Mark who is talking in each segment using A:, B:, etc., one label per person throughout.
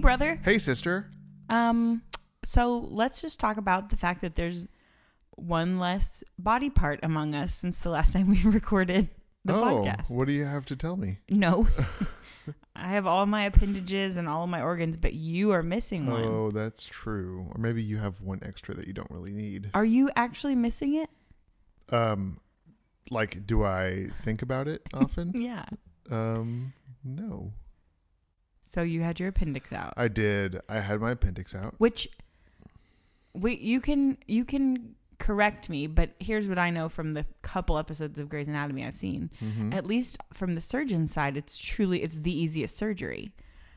A: brother.
B: Hey, sister.
A: Um, so let's just talk about the fact that there's one less body part among us since the last time we recorded the
B: oh,
A: podcast.
B: what do you have to tell me?
A: No. I have all my appendages and all of my organs, but you are missing one.
B: Oh, that's true. Or maybe you have one extra that you don't really need.
A: Are you actually missing it?
B: Um, like, do I think about it often?
A: Yeah.
B: um, no.
A: So you had your appendix out.
B: I did. I had my appendix out.
A: which we you can you can correct me, but here's what I know from the couple episodes of Grey's Anatomy I've seen.
B: Mhm.
A: At least from the surgeon's side, it's truly it's the easiest surgery.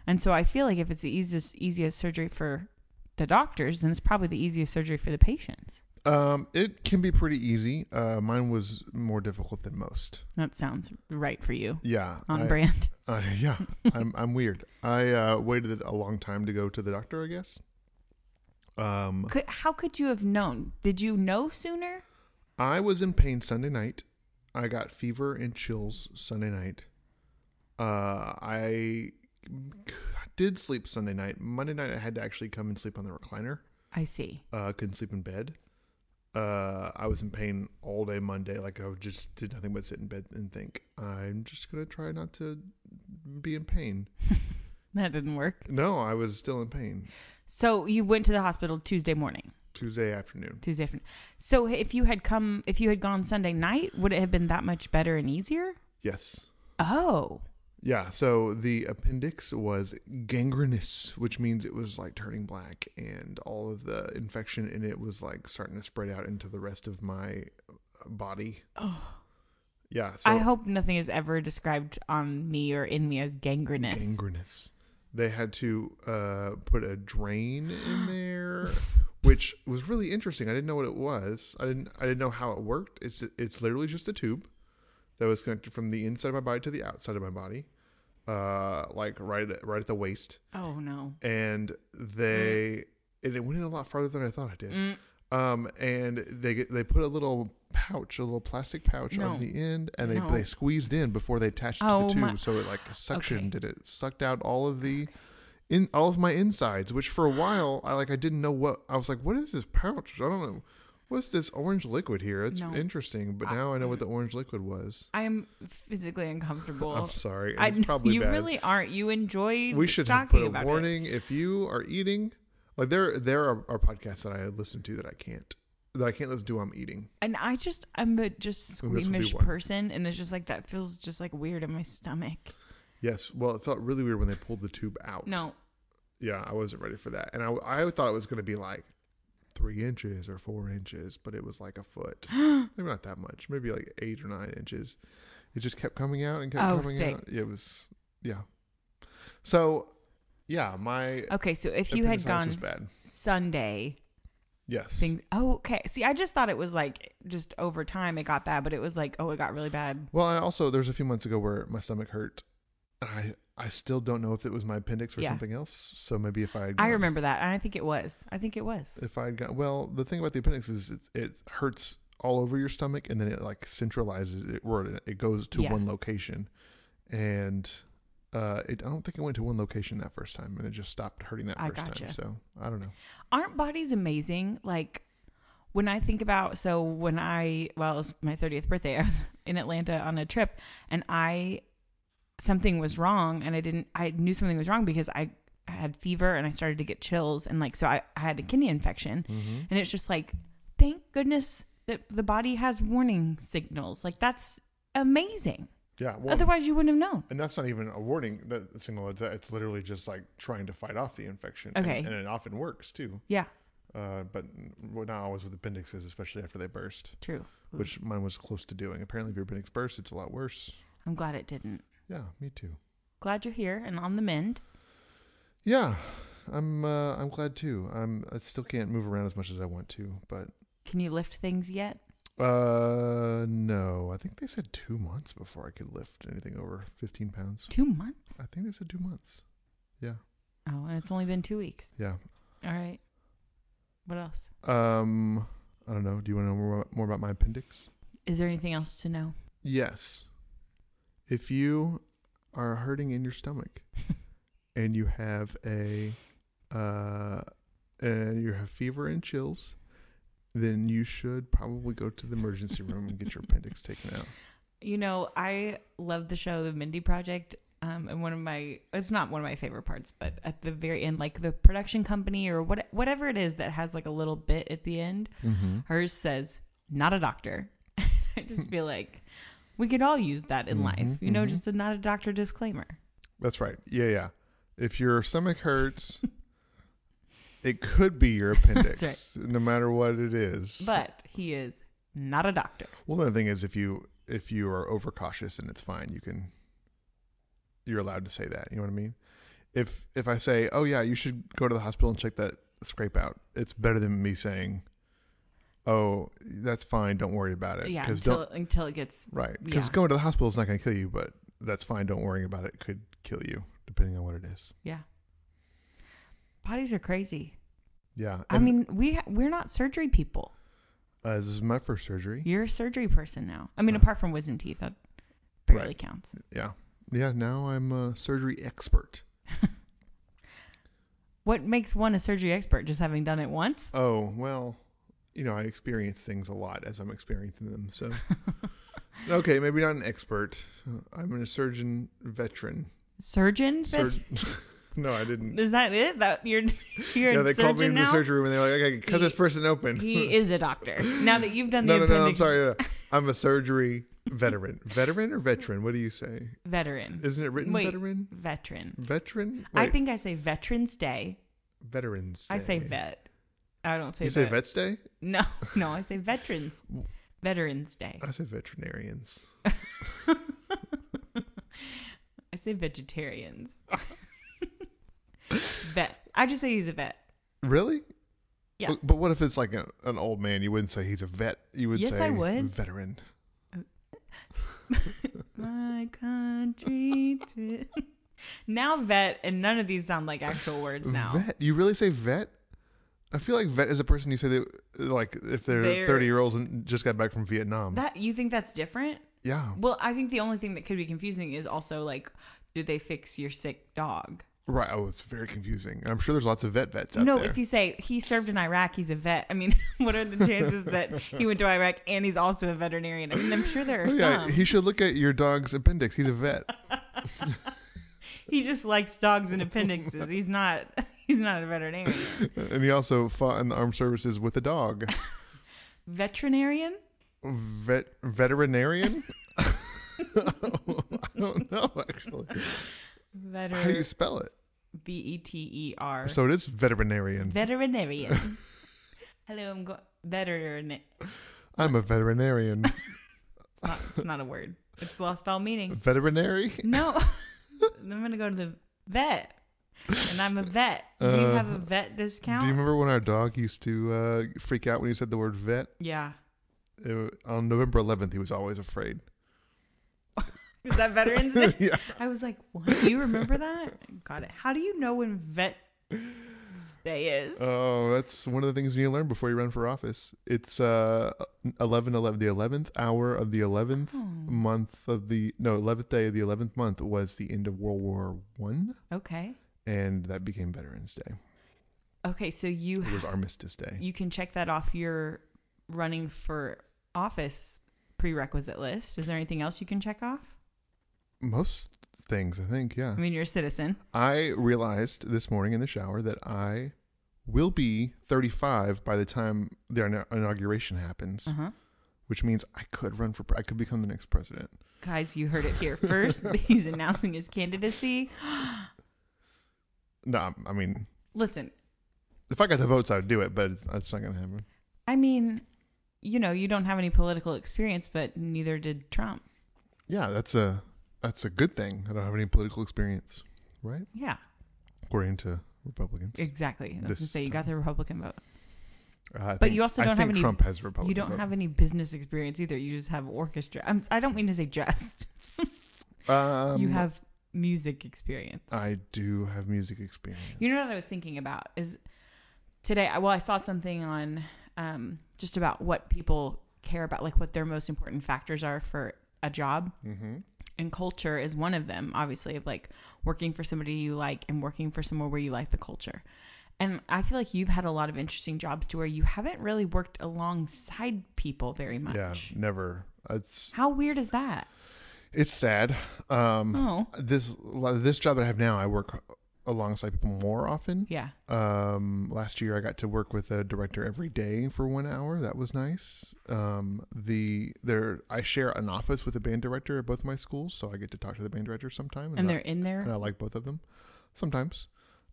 A: And so I feel like if it's the easiest easiest surgery for the doctors, then it's probably the easiest surgery for the patients.
B: Um, it can be pretty easy. Uh, mine was more difficult than most.
A: That sounds right for you.
B: Yeah.
A: On
B: I-
A: brand.
B: Uh, yeah, I'm I'm weird. I uh, waited a long time to go to the doctor. I guess. Um,
A: Could, how could you have known? Did you know sooner?
B: I was in pain Sunday night. I got fever and chills Sunday night. Uh, I did sleep Sunday night. Monday night, I had to actually come and sleep on the recliner.
A: I see.
B: Uh, couldn't sleep in bed. Uh, I was in pain all day Monday. Like I would just did nothing but sit in bed and think. I'm just gonna try not to be in pain.
A: That didn't work.
B: No, I was still in pain.
A: So you went to the hospital Tuesday morning.
B: Tuesday afternoon.
A: Tuesday afternoon. So if you had come, if you had gone Sunday night, would it have been that much better and easier?
B: Yes.
A: Oh,
B: Yeah. So the appendix was gangrenous, which means it was like turning black, and all of the infection in it was like starting to spread out into the rest of my uh, body. Oh. Yeah. So
A: I hope nothing is ever described on me or in me as gangrenous.
B: gangrenous. They had to uh, put a drain in there, which was really interesting. I didn't know what it was. I didn't. I didn't know how it worked. It's it's literally just a tube that was connected from the inside of my body to the outside of my body, uh, like right at, right at the waist.
A: oh no.
B: And
A: Mm.
B: they and it went in a lot farther than I thought it did. Um, and they get, they put a little pouch, a little plastic pouch
A: No.
B: on the end, and they,
A: No.
B: they squeezed in before they attached
A: Oh,
B: to the tube,
A: my-
B: so it like suctioned it. It sucked out all of the in all of my insides, which for a while I like I didn't know what I was like. What is this pouch? I don't know. What's this orange liquid here? It's
A: No.
B: interesting, but now I know what the orange liquid was.
A: I am physically uncomfortable.
B: I'm sorry,
A: I-
B: it's probably
A: you
B: bad.
A: really aren't. You enjoyed
B: we should have
A: talking
B: put a
A: about it.
B: warning if you are eating. Like there, there are, are podcasts that I listen to that I can't that I can't listen to. while I'm eating.
A: And I just, I'm a just
B: And this would be
A: squeamish
B: one.
A: person, and it's just like that feels just like weird in my stomach.
B: Yes. Well, it felt really weird when they pulled the tube out.
A: No,
B: Yeah, I wasn't ready for that. And I, I thought it was going to be like three inches or four inches, but it was like a foot. Maybe not that much. Maybe like eight or nine inches. It just kept coming out and kept
A: Oh,
B: coming
A: sick.
B: out. It was, yeah. So, yeah, my
A: okay. So if you had
B: appendicitis was
A: gone
B: bad.
A: Sunday,
B: Yes.
A: things. Oh, okay. See, I just thought it was like just over time it got bad, but it was like, oh, it got really bad.
B: Well, I also there's a few months ago where my stomach hurt. And I I still don't know if it was my appendix or
A: Yeah.
B: something else. So maybe if I had
A: I
B: gone-
A: remember that, and I think it was. I think it was.
B: if I got well, the thing about the appendix is it, it hurts all over your stomach, and then it like centralizes it where it goes to
A: Yeah.
B: one location, and uh, it, I don't think it went to one location that first time, and it just stopped hurting that
A: I
B: first time.
A: gotcha.
B: So I don't know.
A: Aren't bodies amazing? Like when I think about, so when I, well, it's my thirtieth birthday. I was in Atlanta on a trip, and I something was wrong, and I didn't. I knew something was wrong because I. I had fever and I started to get chills and like so I, I had a kidney infection
B: Mm-hmm.
A: and it's just like thank goodness that the body has warning signals like that's amazing
B: Yeah, well,
A: Otherwise, you wouldn't have known.
B: and that's not even a warning that single. It's, it's literally just like trying to fight off the infection. and-
A: Okay.
B: and, it often works too,
A: Yeah,
B: uh, but well, not always with appendixes, especially after they burst,
A: true.
B: which mine was close to doing. Apparently, if your appendix bursts, it's a lot worse.
A: I'm glad it didn't.
B: Yeah, me too.
A: Glad you're here and on the mend.
B: Yeah, I'm. Uh, I'm glad too. I'm. I still can't move around as much as I want to, but
A: Can you lift things yet?
B: uh, no. I think they said two months before I could lift anything over 15 pounds.
A: Two months?
B: I think they said two months. Yeah,
A: Oh, and it's only been two weeks.
B: yeah.
A: All right. What else?
B: Um, I don't know. Do you want to know more, more about my appendix?
A: Is there anything else to know?
B: Yes. If you are hurting in your stomach and you have a uh, and you have fever and chills, then you should probably go to the emergency room and get your appendix taken out.
A: You know, I love the show The Mindy Project. Um, and one of my it's not one of my favorite parts, but at the very end, like the production company or what whatever it is that has like a little bit at the end,
B: Mm-hmm.
A: hers says, not a doctor. I just feel like we could all use that in life.
B: Mhm,
A: You know,
B: mhm.
A: just a not a doctor disclaimer.
B: That's right. Yeah, yeah. If your stomach hurts, it could be your appendix, no matter what it is.
A: But he is not a doctor.
B: well, the thing is, if you if you are overcautious and it's fine, you can you're allowed to say that. You know what I mean? If if I say, oh yeah, you should go to the hospital and check that scrape out, it's better than me saying, oh that's fine, don't worry about it.
A: Yeah,
B: 'Cause
A: until
B: don't
A: until it gets
B: right because
A: yeah.
B: going to the hospital is not going to kill you, but that's fine, don't worry about it. Could kill you depending on what it is.
A: yeah. Bodies are crazy.
B: Yeah,
A: I
B: and-
A: mean, we ha- we're not surgery people.
B: Uh, this is my first surgery.
A: You're a surgery person now. I mean,
B: Uh,
A: apart from wisdom teeth, that barely
B: right.
A: counts.
B: Yeah. Yeah, now I'm a surgery expert.
A: What makes one a surgery expert? Just having done it once?
B: Oh, well, you know, I experience things a lot as I'm experiencing them. So, okay, maybe not an expert. I'm a surgeon veteran.
A: Surgeon?
B: Surg- no, I didn't.
A: Is that it? That you're you're
B: yeah,
A: a
B: they
A: surgeon
B: called me into
A: now?
B: the surgery room and they were like, okay, cut this
A: He-
B: person open.
A: He is a doctor. Now that you've done
B: no,
A: the
B: no, no, I'm
A: appendix
B: sorry. no, no. I'm a surgery veteran. veteran or veteran? What do you say?
A: veteran.
B: Isn't it written
A: Wait.
B: veteran?
A: Veteran.
B: Veteran?
A: I
B: Wait,
A: think I say Veterans Day.
B: veterans.
A: I say
B: Day.
A: vet. I don't say
B: You
A: vet.
B: say Vets Day?
A: No, no, I say Veterans. Veterans Day.
B: I say veterinarians.
A: I say vegetarians. vet. I just say he's a vet.
B: Really?
A: Yeah.
B: But- But what if it's like a, an old man? You wouldn't say he's a vet. You would
A: Yes,
B: say
A: I would.
B: veteran.
A: My country. T- now vet, and none of these sound like actual words now.
B: Vet. You really say vet? I feel like vet is a person you say that like if they're,
A: They're-
B: 30 year olds and just got back from Vietnam.
A: That you think that's different?
B: yeah.
A: Well, I think the only thing that could be confusing is also like, do they fix your sick dog?
B: Right. Oh, it's very confusing. And I'm sure there's lots of vet vets out
A: no,
B: there.
A: if you say he served in Iraq, he's a vet. I mean, what are the chances that he went to Iraq and he's also a veterinarian? I mean, I'm sure there are
B: Oh, yeah,
A: some.
B: he should look at your dog's appendix. He's a vet.
A: He just likes dogs and appendixes. He's not. He's not a veterinarian.
B: and he also fought in the armed services with a dog.
A: Veterinarian?
B: Vet veterinarian? I don't know actually. How do you
A: Veter.
B: spell it?
A: V e t e r.
B: So it is veterinarian.
A: Veterinarian. Hello, I'm go- veterinarian.
B: I'm a veterinarian.
A: It's not, it's not a word. It's lost all meaning.
B: Veterinary?
A: No, I'm gonna go to the vet, and I'm a vet. Do you have a
B: Uh,
A: vet discount?
B: Do you remember when our dog used to uh, freak out when you said the word vet?
A: yeah.
B: It wa- on November 11th, he was always afraid.
A: Is that Veterans Day?
B: yeah.
A: I was like, what? Do you remember that? Got it. How do you know when vet day is?
B: Oh, that's one of the things you learn before you run for office. It's uh, 11, 11, the 11th hour of the 11th
A: Oh,
B: month of the, no, 11th day of the 11th month was the end of World War One,
A: okay.
B: and that became Veterans Day.
A: Okay, so you
B: It was Armistice Day.
A: you can check that off your running for office prerequisite list. Is there anything else you can check off?
B: Most things, I think, yeah.
A: I mean, you're a citizen.
B: I realized this morning in the shower that I will be 35 by the time their ina- inauguration happens,
A: Uh huh.
B: which means I could run for pre- I could become the next president.
A: Guys, you heard it here first. He's announcing his candidacy.
B: No, I mean,
A: Listen,
B: if I got the votes, I would do it, but it's, it's not going to happen.
A: I mean, you know, you don't have any political experience, but neither did Trump.
B: Yeah, that's a that's a good thing. I don't have any political experience, right?
A: Yeah,
B: According to Republicans.
A: exactly. I was gonna
B: This
A: say you got the Republican vote.
B: Uh, I
A: but you also
B: I
A: don't have
B: think
A: any-
B: Trump has Republican.
A: you don't
B: vote.
A: have any business experience either. You just have orchestra. I'm, I don't mean to say just.
B: Um, Uh,
A: you have music experience.
B: I do have music experience.
A: You know what I was thinking about is today. I Well, I saw something on um, just about what people care about, like what their most important factors are for a job.
B: Mm-hmm.
A: and culture is one of them, obviously, of like working for somebody you like and working for somewhere where you like the culture. And I feel like you've had a lot of interesting jobs to where you haven't really worked alongside people very much.
B: Yeah, never. It's
A: How weird is that?
B: it's sad. Um,
A: Oh,
B: this this job that I have now, I work alongside people more often.
A: yeah.
B: Um, last year, I got to work with a director every day for one hour. That was nice. Um, the there, I share an office with a band director at both of my schools, so I get to talk to the band director sometime.
A: And
B: I-
A: they're in
B: and
A: there.
B: I like both of them. Sometimes,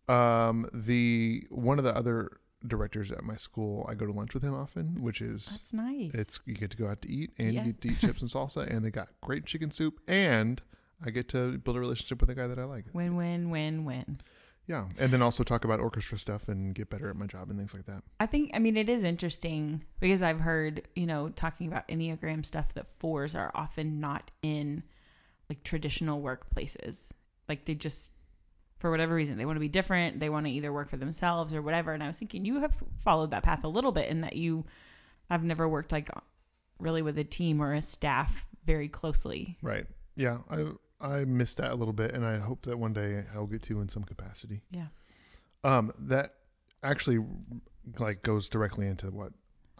B: um, the one of the other directors at my school, I go to lunch with him often, which is
A: That's nice.
B: it's you get to go out to eat and
A: Yes.
B: you get to eat chips and salsa, and they got great chicken soup, and I get to build a relationship with a guy that I like.
A: win, win, win, win.
B: Yeah, and then also talk about orchestra stuff and get better at my job and things like that.
A: I think, I mean, it is interesting because I've heard, you know, talking about Enneagram stuff that fours are often not in like traditional workplaces. Like they just, for whatever reason, they want to be different. They want to either work for themselves or whatever. And I was thinking, you have followed that path a little bit in that you have never worked like really with a team or a staff very closely.
B: Right. Yeah, I I missed that a little bit, and I hope that one day I'll get to in some capacity.
A: Yeah.
B: Um, that actually like goes directly into what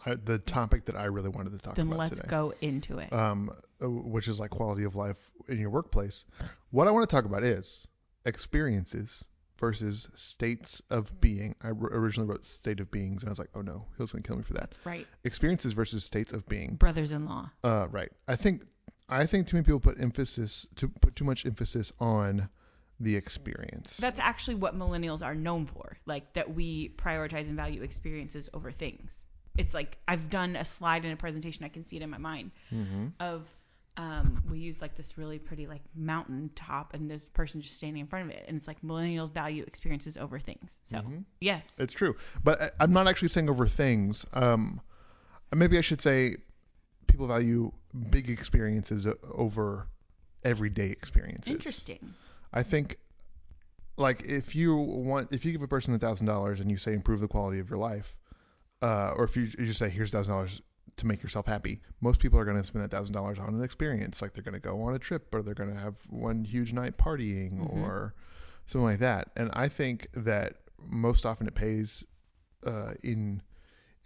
B: I, the topic that I really wanted to talk
A: Then
B: about
A: let's
B: today.
A: go into it.
B: um, uh, which is like quality of life in your workplace. What I want to talk about is experiences versus states of being. I r- originally wrote state of beings, and I was like, oh no, Hill's gonna kill me for that.
A: That's right.
B: Experiences versus states of being.
A: Brothers in law.
B: Uh, right. I think I think too many people put emphasis to put too much emphasis on the experience.
A: That's actually what millennials are known for, like that we prioritize and value experiences over things. It's like I've done a slide in a presentation, I can see it in my mind
B: mm-hmm.
A: of um, we use like this really pretty like mountain top and this person just standing in front of it. And it's like millennials value experiences over things. So, yes.
B: Mm-hmm. It's true, but I, I'm not actually saying over things. Um, maybe I should say people value big experiences o- over everyday experiences.
A: Interesting.
B: I think, like, if you want, if you give a person a thousand dollars and you say improve the quality of your life, uh, or if you, you just say here's thousand dollars to make yourself happy, most people are going to spend that thousand dollars on an experience, like they're going to go on a trip or they're going to have one huge night partying
A: Mhm.
B: or something like that. And I think that most often it pays uh, in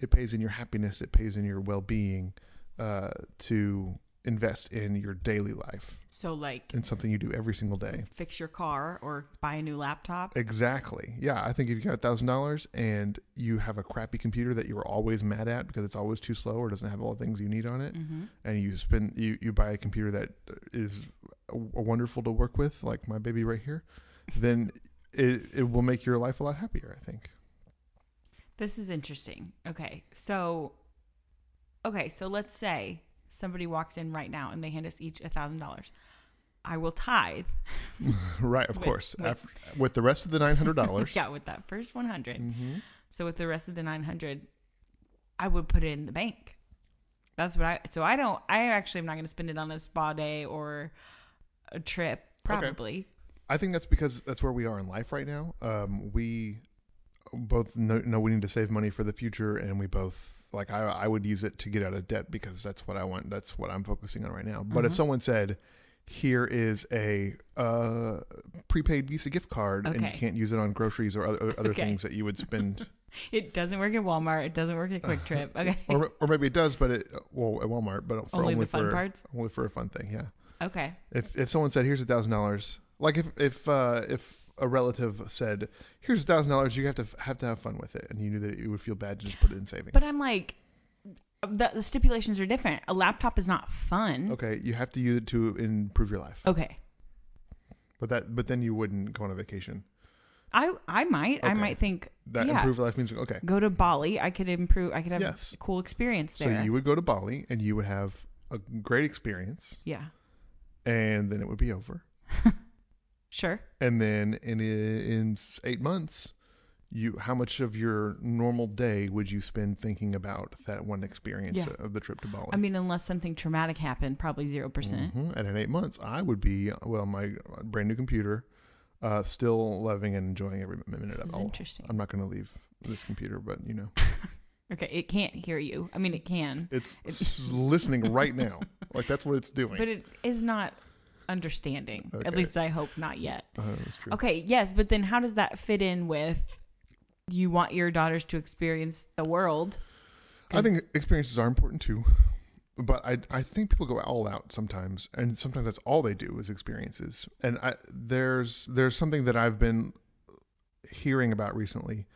B: it pays in your happiness, it pays in your well being uh, to invest in your daily life
A: So, like,
B: in something you do every single day.
A: fix your car or buy a new laptop.
B: Exactly. Yeah, I think if you got a thousand dollars and you have a crappy computer that you're always mad at because it's always too slow or doesn't have all the things you need on it,
A: Mm-hmm.
B: and you spend you you buy a computer that is w- wonderful to work with, like my baby right here, then it it will make your life a lot happier. I think.
A: This is interesting. Okay. So okay, so let's say somebody walks in right now and they hand us each a thousand dollars. I will tithe
B: right. Of
A: With-
B: course.
A: with-
B: After, with the rest of the nine hundred dollars.
A: yeah, with that first one hundred.
B: hmm
A: So with the rest of the nine hundred, I would put it in the bank. That's what I so I don't I actually am not gonna spend it on a spa day or a trip, probably.
B: I think that's because that's where we are in life right now. Um, we both know, know we need to save money for the future, and we both like I, I would use it to get out of debt because that's what I want. That's what I'm focusing on right now. But if
A: Mhm.
B: someone said, "Here is a uh, prepaid Visa gift card, and you
A: Okay.
B: can't use it on groceries or other other
A: Okay.
B: things that you would spend,"
A: It doesn't work at Walmart, it doesn't work at Quick Trip. Okay.
B: or or maybe it does, but it well at Walmart, but for
A: Only
B: only,
A: the fun
B: for
A: parts?
B: only for a fun thing, yeah.
A: Okay.
B: If if someone said, "Here's a thousand dollars," like if if uh, if a relative said, "Here's a thousand dollars," you have to have to have fun with it, and you knew that you would feel bad to just put it in savings.
A: But I'm like the, the stipulations are different. A laptop is not fun.
B: okay, you have to use it to improve your life.
A: okay.
B: But that but then you wouldn't go on a vacation.
A: I I might I
B: Okay.
A: might think
B: That
A: Yeah.
B: improve your life means okay.
A: go to Bali. I could improve. I could have
B: Yes.
A: a cool experience
B: So
A: there.
B: you would go to Bali and you would have a great experience,
A: yeah,
B: and then it would be over.
A: sure.
B: And then in in eight months, you how much of your normal day would you spend thinking about that one experience
A: Yeah.
B: of the trip to Bali?
A: I mean, unless something traumatic happened, probably 0%. percent
B: Mhm. And in eight months, I would be well, my brand new computer, uh, still loving and enjoying every minute
A: This
B: of
A: is
B: it. Oh,
A: interesting.
B: I'm not going to leave this computer, but you know,
A: Okay, it can't hear you. I mean, it can,
B: it's
A: It's-
B: listening right now. Like that's what it's doing.
A: but it is not understanding. At
B: Okay.
A: least I hope not yet.
B: Uh, that's true.
A: Okay, yes, but then how does that fit in with you want your daughters to experience the world?
B: I think experiences are important too, but I I think people go all out sometimes, and sometimes that's all they do is experiences. And I, there's there's something that I've been hearing about recently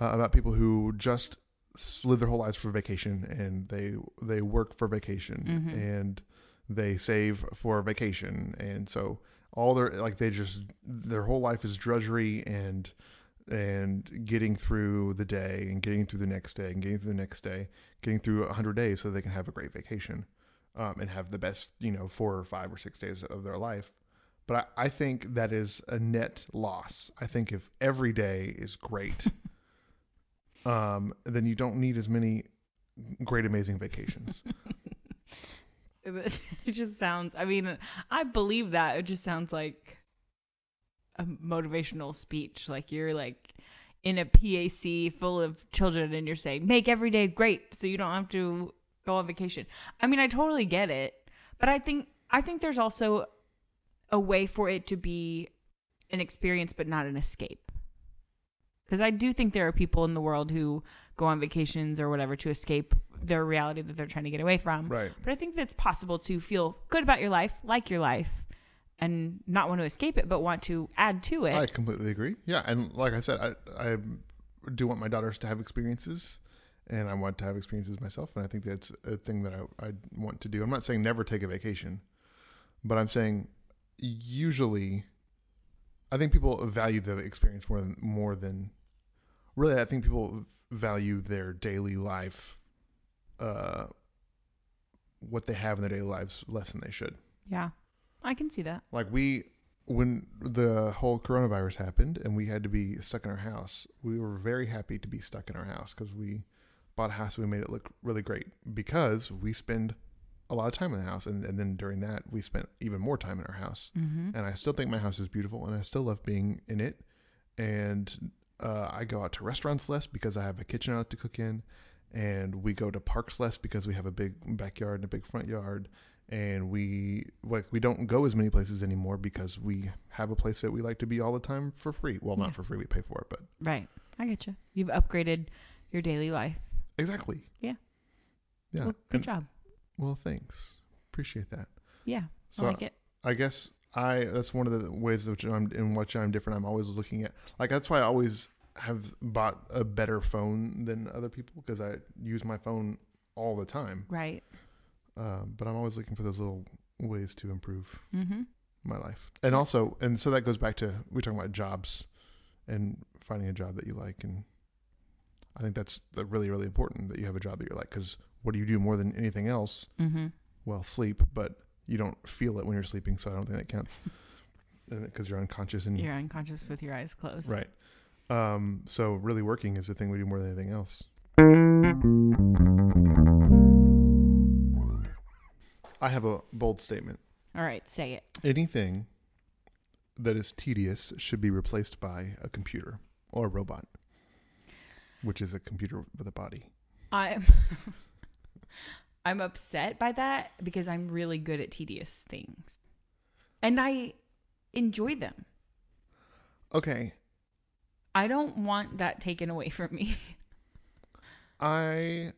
B: uh, about people who just s- live their whole lives for vacation, and they they work for vacation,
A: Mhm.
B: and they save for vacation, and so all their like they just their whole life is drudgery and and getting through the day and getting through the next day and getting through the next day, getting through 100 days so they can have a great vacation um, and have the best, you know, four or five or six days of their life. But I, I think that is a net loss. I think if every day is great, um, then you don't need as many great, amazing vacations.
A: It just sounds, I mean, I believe that. It just sounds like a motivational speech. Like you're like in a PAC full of children and you're saying, make every day great so you don't have to go on vacation. I mean, I totally get it. But I think, I think there's also a way for it to be an experience, but not an escape. Because I do think there are people in the world who go on vacations or whatever to escape their reality that they're trying to get away from.
B: right.
A: But I think that's possible to feel good about your life, like your life, and not want to escape it, but want to add to it.
B: I completely agree. Yeah, and like I said, I I do want my daughters to have experiences, and I want to have experiences myself, and I think that's a thing that I I want to do. I'm not saying never take a vacation, but I'm saying usually, I think people value the experience more than more than really. I think people value their daily life, uh, what they have in their daily lives less than they should
A: yeah, I can see that.
B: like we when the whole coronavirus happened and we had to be stuck in our house we were very happy to be stuck in our house because we bought a house and we made it look really great because we spend a lot of time in the house and, and then during that we spent even more time in our house
A: Mm-hmm.
B: and i still think my house is beautiful and i still love being in it and uh, i go out to restaurants less because i have a kitchen out to cook in and we go to parks less because we have a big backyard and a big front yard and we like we don't go as many places anymore because we have a place that we like to be all the time for free well not
A: Yeah.
B: for free we pay for it but
A: Right. I get you. You've upgraded your daily life.
B: exactly
A: Yeah.
B: yeah
A: Well, good
B: And-
A: job.
B: well thanks appreciate that
A: Yeah,
B: so
A: Oh, I like it.
B: I guess I that's one of the ways which I'm in which I'm different. I'm always looking at like that's why I always have bought a better phone than other people because I use my phone all the time.
A: Right.
B: Um, but I'm always looking for those little ways to improve
A: Mm-hmm.
B: my life, and also and so that goes back to we're talking about jobs and finding a job that you like, and I think that's the really really important that you have a job that you like because what do you do more than anything else?
A: Mm-hmm.
B: well sleep, but you don't feel it when you're sleeping, so I don't think that counts because you're unconscious and
A: You're unconscious with your eyes closed.
B: right. Um, so really, working is the thing we do more than anything else. I have a bold statement.
A: All right, say it.
B: Anything that is tedious should be replaced by a computer or a robot, which is a computer with a body.
A: I'm I'm upset by that because I'm really good at tedious things. And I enjoy them.
B: Okay,
A: I don't want that taken away from me.
B: I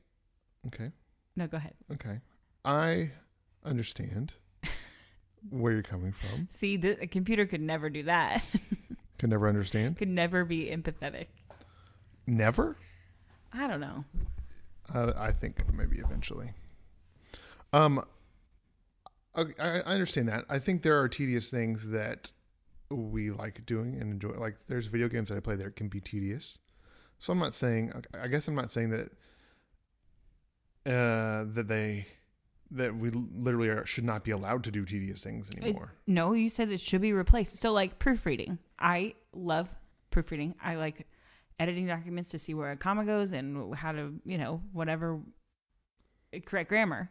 B: okay.
A: No, go ahead.
B: Okay. I understand where you're coming from.
A: See, the, a computer could never do that.
B: Can never understand.
A: could never be empathetic.
B: Never?
A: I don't know.
B: I, I think maybe eventually. Um I, I I understand that. I think there are tedious things that we like doing and enjoy. Like there's video games that I play that can be tedious. So I'm not saying I guess I'm not saying that uh that they that we literally are, should not be allowed to do tedious things anymore.
A: No, you said it should be replaced. So, like proofreading, I love proofreading. I like editing documents to see where a comma goes and how to, you know, whatever eh, correct grammar.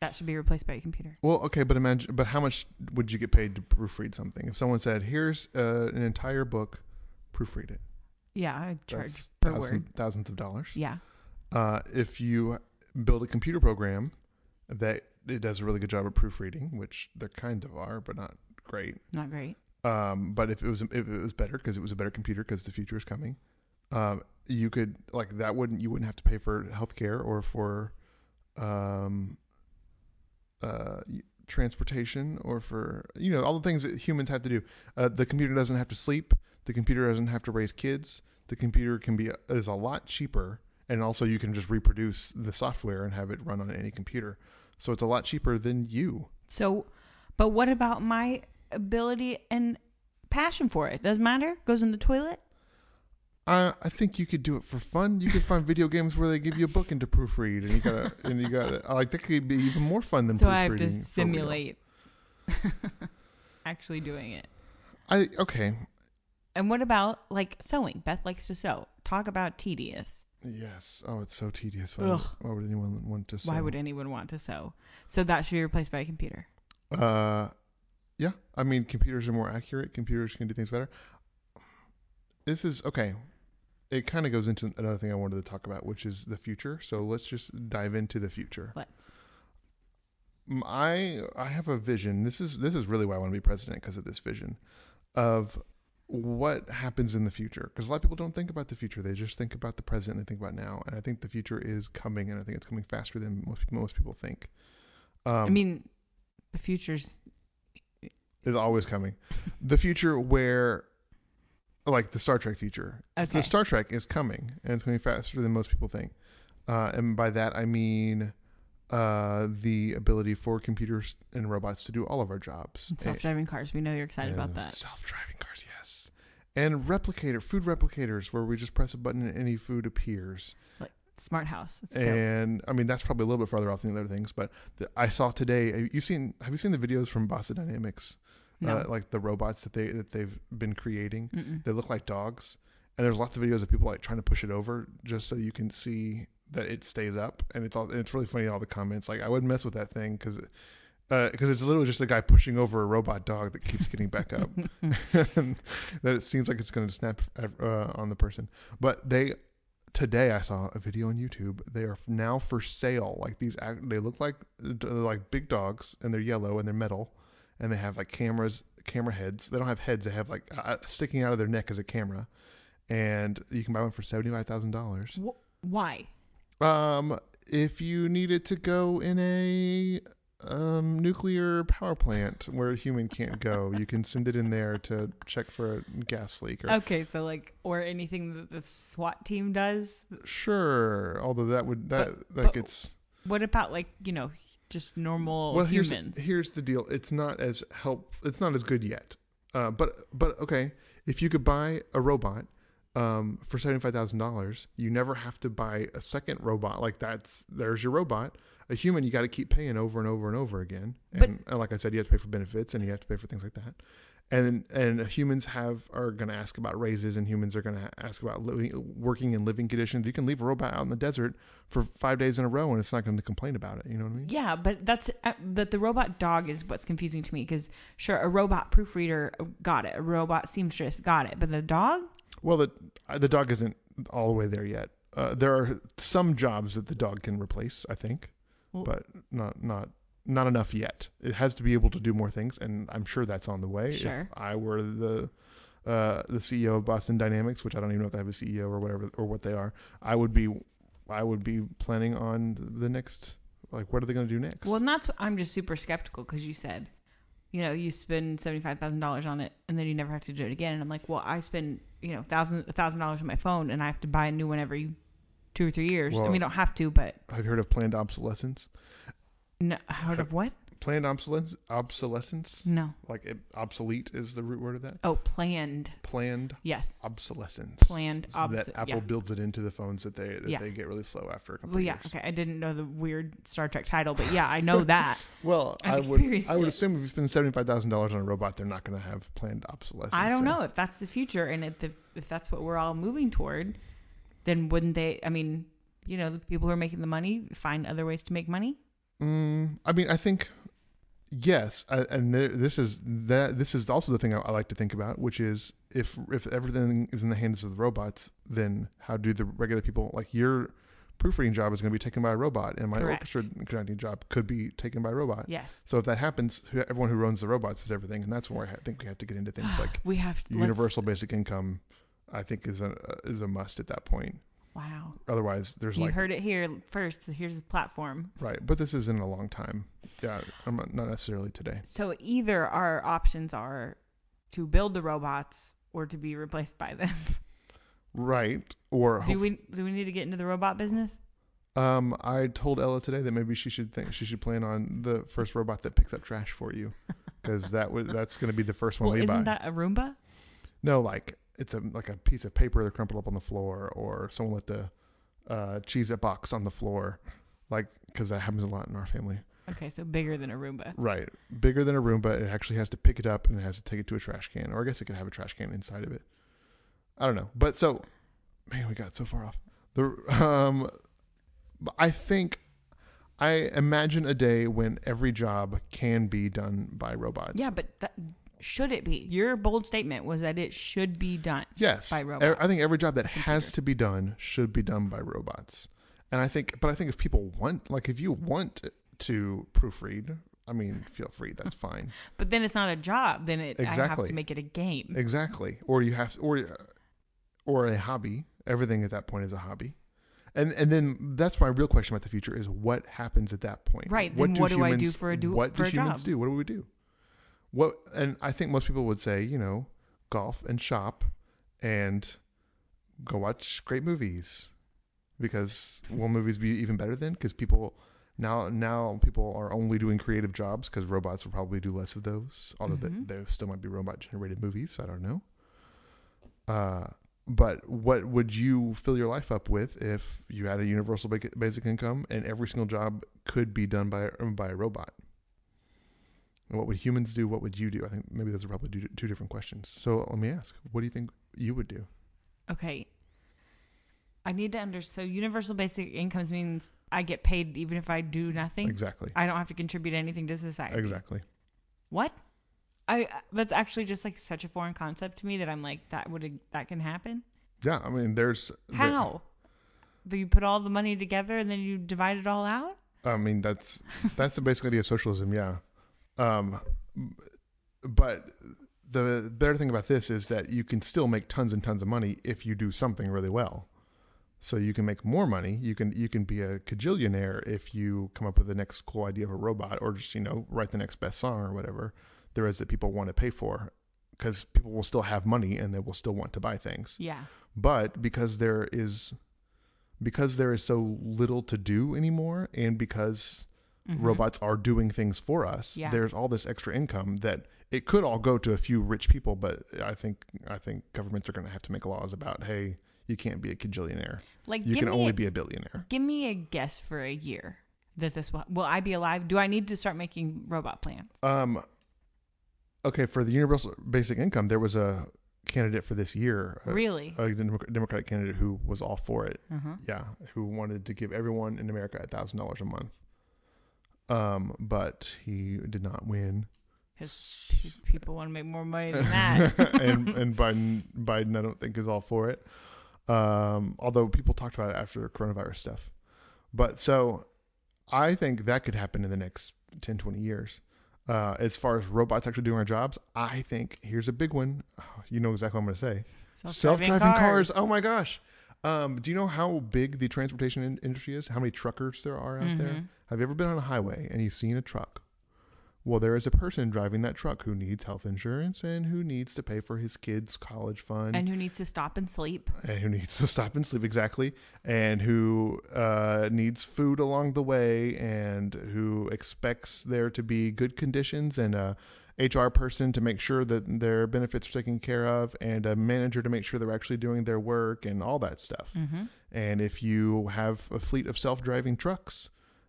A: That should be replaced by a computer.
B: Well, okay, but imagine, but how much would you get paid to proofread something? If someone said, "Here's uh, an entire book, proofread it,"
A: Yeah, I charge
B: That's
A: per
B: thousands,
A: word.
B: thousands of dollars.
A: Yeah.
B: Uh, if you build a computer program that it does a really good job of proofreading, which they kind of are, but not great.
A: Not great.
B: Um, but if it was if it was better because it was a better computer because the future is coming, um, you could like that wouldn't you wouldn't have to pay for healthcare or for um, uh, y- transportation or for you know all the things that humans have to do. Uh, the computer doesn't have to sleep. The computer doesn't have to raise kids. The computer can be is a lot cheaper, and also you can just reproduce the software and have it run on any computer. So it's a lot cheaper than you.
A: So, but what about my ability and passion for it? Doesn't matter. Goes in the toilet.
B: I I think you could do it for fun. You could find video games where they give you a book and to proofread, and you gotta and you gotta. I like that could be even more fun than
A: So I have
B: proofreading.
A: to
B: for real.
A: simulate actually doing it.
B: I okay.
A: And what about like sewing? Beth likes to sew. Talk about tedious.
B: Yes. Oh, it's so tedious. Why, would-
A: Ugh.
B: why would anyone want to?
A: Why
B: sew?
A: would anyone want to sew? So that should be replaced by a computer.
B: Uh, yeah. I mean, computers are more accurate. Computers can do things better. This is okay. It kind of goes into another thing I wanted to talk about, which is the future. So let's just dive into the future.
A: Let's.
B: M- I I have a vision. This is this is really why I want to be president because of this vision of what happens in the future. Because a lot of people don't think about the future; they just think about the present. and They think about now, and I think the future is coming, and I think it's coming faster than most most people think. Um,
A: I mean, the future's
B: is always coming. The future where, like the Star Trek future,
A: Okay.
B: the Star Trek is coming, and it's coming faster than most people think. Uh, and by that I mean uh, the ability for computers and robots to do all of our jobs.
A: self driving cars. We know you're excited about that.
B: Self driving cars, yes. And replicator, food replicators, where we just press a button and any food appears.
A: Smart house. It's dope.
B: and I mean that's probably a little bit farther off than the other things, but the, I saw today. You seen? Have you seen the videos from Boston Dynamics?
A: no.
B: uh, like the robots that they that they've been creating.
A: Mm-mm.
B: They look like dogs, and there's lots of videos of people like trying to push it over just so you can see that it stays up. And it's all and it's really funny all the comments like I wouldn't mess with that thing because because it's literally just a guy pushing over a robot dog that keeps getting back up. that it seems like it's going to snap uh, on the person. But they today I saw a video on YouTube. They are now for sale. Like these, ac- they look like they're like big dogs, and they're yellow and they're metal, and they have like cameras, camera heads. They don't have heads. They have like uh, sticking out of their neck as a camera, and you can buy one for seventy five thousand dollars.
A: Wh- why?
B: Um, if you needed to go in a um nuclear power plant where a human can't go, you can send it in there to check for a gas leak. Or,
A: Okay, so like, or anything that the SWAT team does.
B: Sure, although that would that like
A: but-
B: it's
A: What about like you know just normal
B: well. Here's
A: humans?
B: here's the deal. It's not as help. It's not as good yet. Uh, but but okay, if you could buy a robot um, for seventy five thousand dollars, you never have to buy a second robot. Like that's there's your robot. A human, you got to keep paying over and over and over again.
A: But-
B: And, and like I said, you have to pay for benefits and you have to pay for things like that. And and humans have are going to ask about raises, and humans are going to ask about living, working and living conditions. You can leave a robot out in the desert for five days in a row, and it's not going to complain about it. You know what I mean?
A: Yeah, but that's uh, but the robot dog is what's confusing to me because sure, a robot proofreader uh, got it, a robot seamstress got it, but the dog,
B: Well, the uh, the dog isn't all the way there yet. Uh, there are some jobs that the dog can replace, I think,
A: Well-
B: but not not not enough yet. It has to be able to do more things, and I'm sure that's on the way.
A: Sure.
B: If I were the uh, the CEO of Boston Dynamics, which I don't even know if they have a CEO or whatever or what they are, I would be I would be planning on the next like what are they going to do next?
A: well, and that's I'm just super skeptical because you said, you know, you spend seventy five thousand dollars on it and then you never have to do it again, and I'm like, well, I spend you know thousand a thousand dollars on my phone and I have to buy a new one every two or three years. I
B: Well-
A: mean, I don't have to, but
B: have you heard of planned obsolescence?
A: no, out of what?
B: Planned obsolescence, obsolescence,
A: No,
B: like it, obsolete is the root word of that.
A: oh, planned,
B: Planned
A: yes.
B: obsolescence.
A: Planned
B: So that
A: obso-
B: Apple
A: yeah.
B: builds it into the phones that they that
A: Yeah.
B: they get really slow after a couple
A: Well,
B: of
A: yeah,
B: years.
A: okay. I didn't know the weird Star Trek title, but yeah, I know that.
B: Well,
A: I've
B: I would
A: experienced
B: I would
A: it.
B: assume if you spend seventy five thousand dollars on a robot, they're not going to have planned obsolescence.
A: I don't
B: So-
A: know if that's the future and if, the, if that's what we're all moving toward, then wouldn't they? I mean, you know, the people who are making the money find other ways to make money.
B: Mm, I mean, I think yes, I, and there, this is that this is also the thing I, I like to think about, which is if if everything is in the hands of the robots, then how do the regular people like your proofreading job is going to be taken by a robot, and my
A: Correct.
B: orchestra conducting job could be taken by a robot.
A: Yes.
B: So if that happens, who- everyone who runs the robots is everything, and that's where I ha- think we have to get into things like
A: We have to. let's-
B: universal basic income. I think is a uh, is a must at that point.
A: Wow.
B: Otherwise, there's
A: You
B: like
A: heard it here first. Here's the platform.
B: right, but this isn't a long time. Yeah, I'm not, not necessarily today.
A: So either our options are to build the robots or to be replaced by them.
B: Right, or
A: Do
B: hopefully.
A: we do we need to get into the robot business?
B: Um, I told Ella today that maybe she should think she should plan on the first robot that picks up trash for you, because that would that's going to be the first one
A: Well,
B: we
A: isn't
B: buy.
A: that a Roomba?
B: no, like it's a like a piece of paper that crumpled up on the floor, or someone let the uh, cheese it box on the floor, like because that happens a lot in our family.
A: Okay, so bigger than a Roomba.
B: Right, bigger than a Roomba, it actually has to pick it up and it has to take it to a trash can, or I guess it could have a trash can inside of it. I don't know, but so man, we got so far off. The um, but I think I imagine a day when every job can be done by robots.
A: Yeah, but that, should it be? Your bold statement was that it should be done.
B: Yes.
A: by
B: E-
A: robots.
B: I think every job that has to be done should be done by robots. And I think, but I think if people want, like, if you want to proofread, I mean, feel free. That's fine.
A: But then it's not a job. Then it I have
B: Exactly.
A: to make it a game.
B: Exactly. Or you have or or a hobby. Everything at that point is a hobby. And and then that's my real question about the future is what happens at that point?
A: Right, then what do I do for a do-
B: What
A: for
B: do
A: a
B: humans
A: job?
B: do? What do we do? What and I think most people would say, you know, golf and shop and go watch great movies. Because will movies be even better then? Because people now now people are only doing creative jobs because robots will probably do less of those. Although th-
A: Mhm.
B: there still might be robot generated movies. I don't know. Uh, but what would you fill your life up with if you had a universal ba- basic income and every single job could be done by by a robot? And what would humans do? What would you do? I think maybe those are probably two, two different questions. So let me ask: What do you think you would do?
A: Okay. I need to understand. So universal basic incomes means I get paid even if I do nothing.
B: exactly.
A: I don't have to contribute anything to society.
B: Exactly.
A: What? I that's actually just like such a foreign concept to me that I'm like that would that can happen.
B: Yeah. I mean, there's there-
A: How? Do you put all the money together and then you divide it all out?
B: I mean, that's that's the basic idea of socialism, yeah. Um, but the better thing about this is that you can still make tons and tons of money if you do something really well. So you can make more money. You can you can be a cajillionaire if you come up with the next cool idea of a robot, or just you know write the next best song or whatever there is that people want to pay for, because people will still have money and they will still want to buy things
A: Yeah.
B: but because there is because there is so little to do anymore and because
A: Mm-hmm.
B: robots are doing things for us
A: Yeah.
B: there's all this extra income that it could all go to a few rich people but i think i think governments are going to have to make laws about hey you can't be a cajillionaire
A: Like
B: you
A: give
B: can
A: me
B: only
A: a,
B: be a billionaire
A: give me a guess for a year that this will will I be alive? Do I need to start making robot plans?
B: um okay for the universal basic income there was a candidate for this year a-
A: Really?
B: a Demo- democratic candidate who was all for it
A: Uh-huh.
B: yeah, who wanted to give everyone in America a thousand dollars a month. Um, but he did not win,
A: Because people want to make more money than that.
B: and and Biden Biden I don't think is all for it. Um, although people talked about it after the coronavirus stuff, but so I think that could happen in the next 10, 20 years. Uh, as far as robots actually doing our jobs, I think here's a big one. Oh, You know exactly what I'm going to say. Self-driving cars. Oh my gosh. Um, do you know how big the transportation in- industry is? How many truckers there are out there?
A: Mhm.
B: Have you ever been on a highway and you've seen a truck? Well, there is a person driving that truck who needs health insurance and who needs to pay for his kids' college fund
A: And who needs to stop and sleep?
B: and who needs to stop and sleep exactly and who uh, needs food along the way and who expects there to be good conditions and a hr person to make sure that their benefits are taken care of and a manager to make sure they're actually doing their work and all that stuff
A: Mm-hmm.
B: and if you have a fleet of self-driving trucks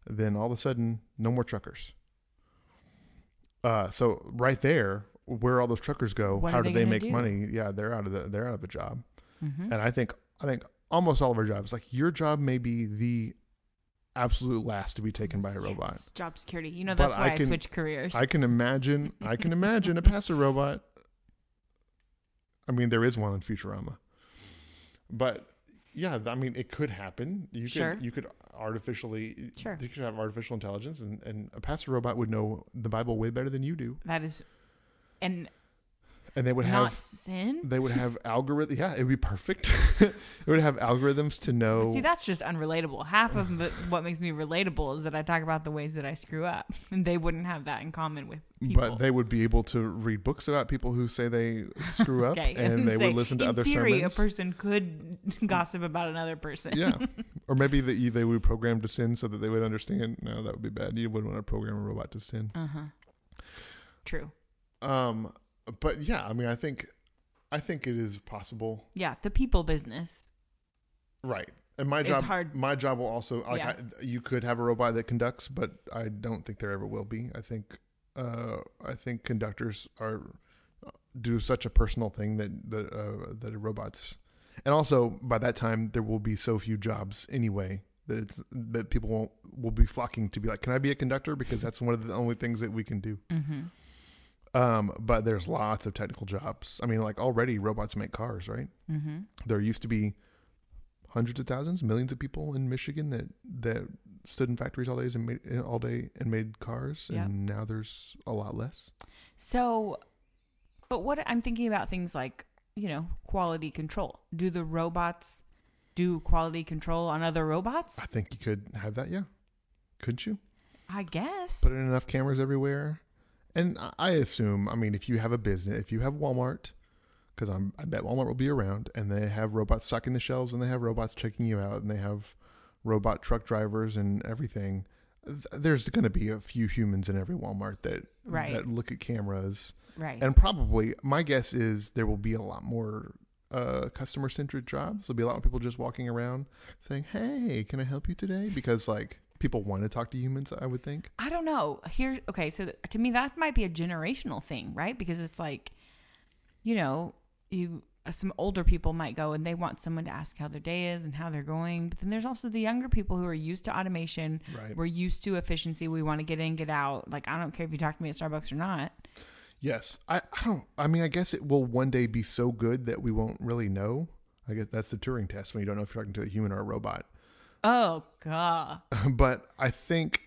B: then all of a sudden no more truckers uh, so right there where all those truckers go
A: What
B: how
A: are
B: do
A: they
B: they
A: gonna
B: make
A: do?
B: money yeah they're out of the they're out of a job
A: Mm-hmm.
B: and I think I think almost all of our jobs, like your job, may be the absolute last to be taken by a robot.
A: Yes, job security. You know
B: But
A: that's why
B: I
A: I,
B: can-
A: switched careers.
B: I can imagine. I can imagine a pastor robot. I mean, there is one in Futurama, but yeah, th- I mean, it could happen. You could
A: Sure.
B: you could artificially
A: Sure.
B: You could have artificial intelligence, and and a pastor robot would know the Bible way better than you do,
A: That is, and
B: and they would
A: not
B: have
A: sin.
B: they would have algorithm. Yeah, it would be perfect. it would have algorithms to know.
A: See, that's just unrelatable. Half of the, what makes me relatable is that I talk about the ways that I screw up, and they wouldn't have that in common with people.
B: But they would be able to read books about people who say they screw up,
A: Okay, I was
B: and they
A: gonna
B: would
A: say,
B: listen to
A: in
B: other
A: theory,
B: sermons.
A: A person could gossip about another person.
B: yeah, or maybe that you- they would be programmed to sin so that they would understand. No, that would be bad. You wouldn't want to program a robot to sin.
A: Uh huh. True.
B: Um, but yeah, I mean, I think, I think it is possible,
A: Yeah, the people business.
B: right? And my
A: It's
B: job,
A: hard.
B: my job will also like
A: Yeah.
B: I, you could have a robot that conducts, but I don't think there ever will be. I think, uh, I think conductors are uh, do such a personal thing that that uh, that robots, and also by that time there will be so few jobs anyway that it's that people won't will be flocking to be like, can I be a conductor? Because that's one of the only things that we can do.
A: Mm-hmm.
B: Um, but there's lots of technical jobs. I mean, like already robots make cars, right?
A: Mm-hmm.
B: There used to be hundreds of thousands, millions of people in Michigan that that stood in factories all days and made all day and made cars,
A: Yeah.
B: and now there's a lot less.
A: So, but what I'm thinking about things like, you know, quality control. Do the robots do quality control on other robots?
B: I think you could have that, yeah. Couldn't you
A: I guess.
B: put in enough cameras everywhere? And I- I assume, I mean, if you have a business, if you have Walmart, because I'm, I bet Walmart will be around, and they have robots stocking the shelves, and they have robots checking you out, and they have robot truck drivers and everything. th- There's going to be a few humans in every Walmart that
A: Right. Mm-hmm.
B: that look at cameras,
A: right.
B: and probably my guess is there will be a lot more uh, customer centric jobs. There'll be a lot of people just walking around saying, "Hey, can I help you today?" Because like people want to talk to humans. I would think.
A: I don't know. Here, okay, so th- to me, that might be a generational thing, right? Because it's like, you know, you uh, some older people might go and they want someone to ask how their day is and how they're going. But then there's also the younger people who are used to automation.
B: Right.
A: We're used to efficiency. We want to get in, get out. Like I don't care if you talk to me at Starbucks or not.
B: Yes. I, I don't. I mean, I guess it will one day be so good that we won't really know. I guess that's the Turing test when you don't know if you're talking to a human or a robot.
A: Oh god.
B: but I think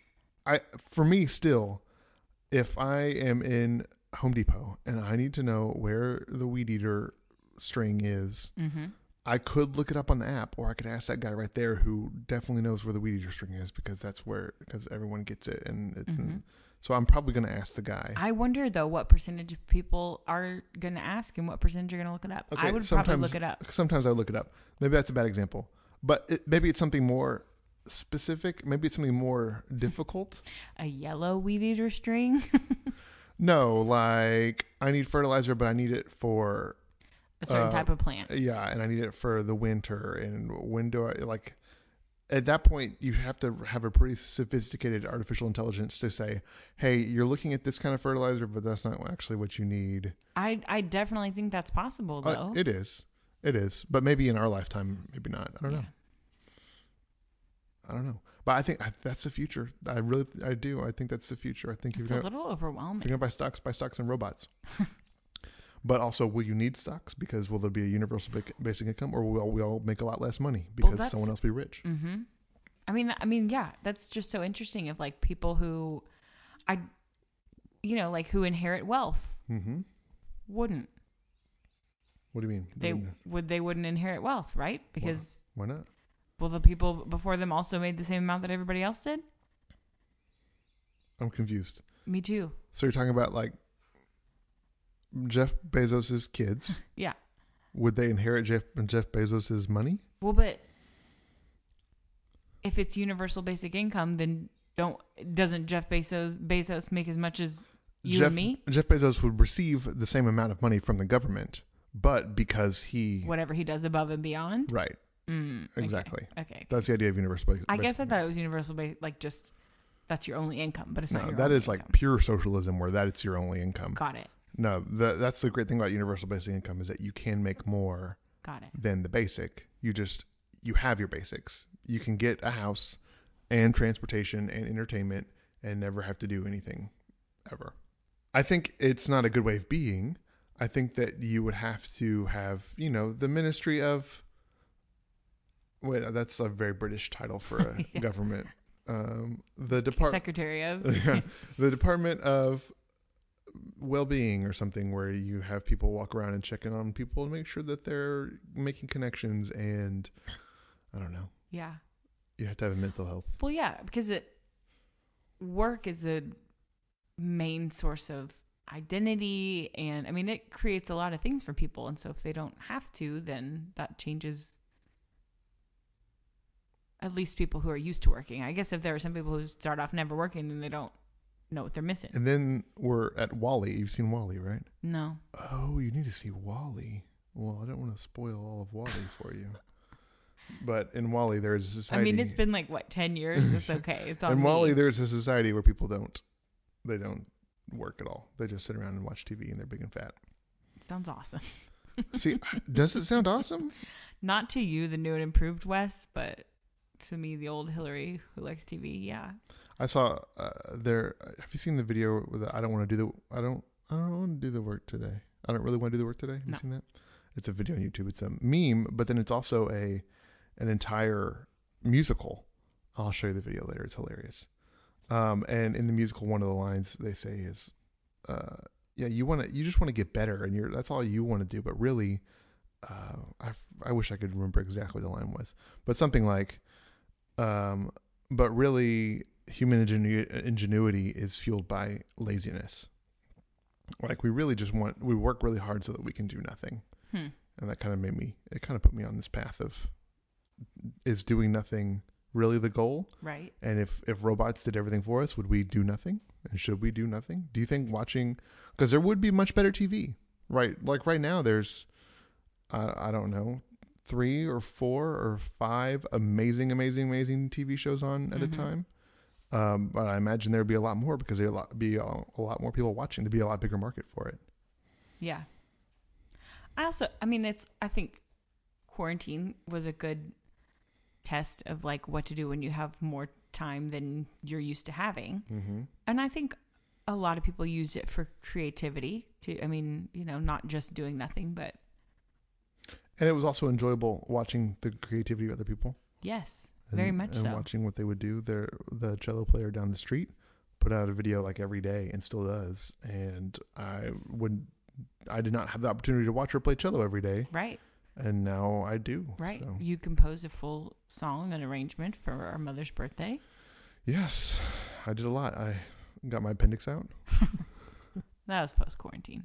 B: I for me still, if I am in Home Depot and I need to know where the weed eater string is,
A: Mm-hmm.
B: I could look it up on the app, or I could ask that guy right there who definitely knows where the weed eater string is because that's where because everyone gets it and it's in, so I'm probably gonna ask the guy.
A: I wonder though what percentage of people are going to ask and what percentage are going to look it up. I would probably
B: sometimes-
A: look it up.
B: Sometimes I look it up. Maybe that's a bad example, but it, maybe it's something more specific. Maybe it's something more difficult.
A: A yellow weed eater string.
B: No, like I need fertilizer, but I need it for
A: a certain
B: Uh,
A: type of plant.
B: yeah, and I need it for the winter. And when do I like? At that point, you have to have a pretty sophisticated artificial intelligence to say, "Hey, you're looking at this kind of fertilizer, but that's not actually what you need."
A: I I definitely think that's possible
B: Uh,
A: though.
B: it is, it is, but maybe in our lifetime, maybe not. I don't know. I don't know. But I think I, that's the future. I really, I do. I think that's the future. I think you're
A: It's a
B: gonna,
A: little
B: if you're
A: overwhelming.
B: gonna buy stocks, buy stocks and robots. but also, will you need stocks? Because will there be a universal ba- basic income, or will we all, we all make a lot less money because
A: that's-
B: someone else be rich?
A: Mm-hmm. I mean, I mean, yeah, that's just so interesting. Of like people who, I, you know, like who inherit wealth
B: hmm
A: wouldn't
B: What do you mean?
A: they
B: Wouldn't-
A: would they wouldn't inherit wealth right because
B: why not?
A: well the people before them also made the same amount that everybody else did.
B: I'm confused.
A: Me too.
B: So you're talking about like Jeff Bezos's kids?
A: Yeah.
B: Would they inherit Jeff Jeff Bezos's money?
A: Well, but if it's universal basic income, then don't doesn't Jeff Bezos Bezos make as much as you
B: Jeff,
A: and me?
B: Jeff Bezos would receive the same amount of money from the government, but because he
A: Whatever he does above and beyond.
B: right
A: Mm, okay.
B: exactly
A: Okay.
B: that's the idea of universal. basic-
A: I guess
B: basic
A: I thought it was universal, ba- like just that's your only income, but it's not.
B: No,
A: your
B: that
A: only
B: is like
A: income.
B: pure socialism where that it's your only income.
A: Got it.
B: No, the, that's the great thing about universal basic income is that you can make more
A: Got it.
B: than the basic. You just you have your basics. You can get a house and transportation and entertainment and never have to do anything ever. I think it's not a good way of being. I think that you would have to have, you know, the ministry of Wait, that's a very British title for a
A: Yeah.
B: government. Um, the department,
A: Secretary of.
B: the Department of Well-being or something, where you have people walk around and check in on people and make sure that they're making connections. And I don't know,
A: Yeah.
B: you have to have a mental health.
A: Well, yeah, because it work is a main source of identity, and I mean it creates a lot of things for people. And so if they don't have to, then that changes. At least people who are used to working. I guess if there are some people who start off never working, then they don't know what they're missing.
B: And then we're at Wally. You've seen Wally, right?
A: No.
B: Oh, you need to see Wally. Well, I don't want to spoil all of Wally for you. But in Wally, there is a
A: I
B: society.
A: mean, it's been like what ten years. It's okay. It's on
B: in Wally,
A: me.
B: there's a society where people don't, they don't work at all. They just sit around and watch TV and they're big and fat.
A: Sounds awesome.
B: See, does it sound awesome?
A: Not to you, the new and improved Wes, but to me, the old Hillary who likes TV. Yeah,
B: I saw uh, there. Have you seen the video with the, I don't want to do the I don't I don't want to do the work today. I don't really want to do the work today. Have
A: No.
B: you seen that? It's a video on YouTube. It's a meme, but then it's also a an entire musical. I'll show you the video later. It's hilarious. Um, and in the musical, one of the lines they say is, uh, "Yeah, you want to you just want to get better, and you're that's all you want to do." But really, uh, I f- I wish I could remember exactly what the line was, but something like, um, "But really, human ingenu- ingenuity is fueled by laziness. Like we really just want we work really hard so that we can do nothing,
A: Hmm.
B: and that kind of made me it kind of put me on this path of is doing nothing really the goal?
A: right.
B: And if if robots did everything for us, would we do nothing? And should we do nothing? Do you think watching because there would be much better TV, right? Like right now, there's I I don't know three or four or five amazing, amazing, amazing TV shows on at a
A: Mhm.
B: time. Um, but I imagine there'd be a lot more because there'd a lot- be a, a lot more people watching. There'd be a lot bigger market for it.
A: Yeah. I also, I mean, it's, I think quarantine was a good test of like what to do when you have more time than you're used to having.
B: Mm-hmm.
A: And I think a lot of people used it for creativity to, I mean, you know, not just doing nothing, but
B: And it was also enjoyable watching the creativity of other people.
A: yes,
B: and-
A: very much
B: and
A: so.
B: watching what they would do their the cello player down the street put out a video like every day and still does and i would i did not have the opportunity to watch her play cello every day
A: Right,
B: and now i do
A: right.
B: so,
A: You composed a full song and arrangement for our mother's birthday.
B: yes i did a lot i got my appendix out
A: That was post quarantine.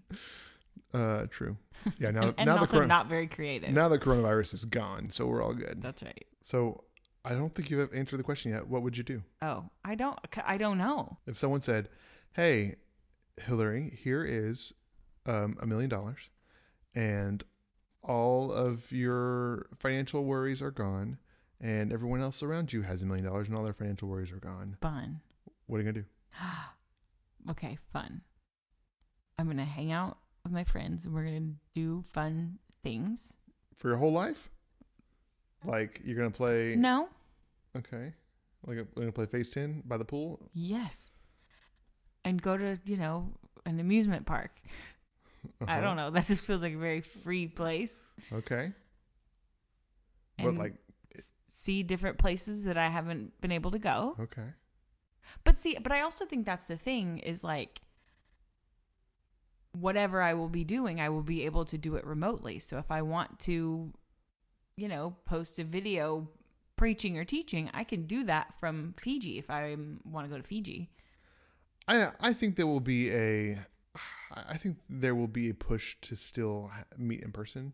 B: uh true yeah now
A: and and
B: now the
A: also
B: coron-
A: not very creative.
B: now the coronavirus is gone so we're all good
A: That's right.
B: so i don't think you have answered the question yet what would you do
A: Oh, I don't, I don't know.
B: if someone said, "Hey, Hillary, here is um, a million dollars, and all of your financial worries are gone, and everyone else around you has a million dollars, and all their financial worries are gone,"
A: Bun.
B: what are you gonna do?
A: okay, fun. I'm gonna hang out with my friends and we're gonna do fun things.
B: For your whole life? Like you're gonna play?
A: No?
B: Okay. Like you're gonna play face ten by the pool?
A: Yes. And go to, you know, an amusement park. I don't know. That just feels like a very free place.
B: know. Uh-huh. Okay.
A: And
B: but like,
A: s- see different places that I haven't been able to go.
B: okay.
A: But see, but I also think that's the thing is like whatever I will be doing, I will be able to do it remotely. So if I want to, you know, post a video preaching or teaching, I can do that from Fiji if I want to go to Fiji.
B: I I think there will be a I think there will be a push to still ha- meet in person,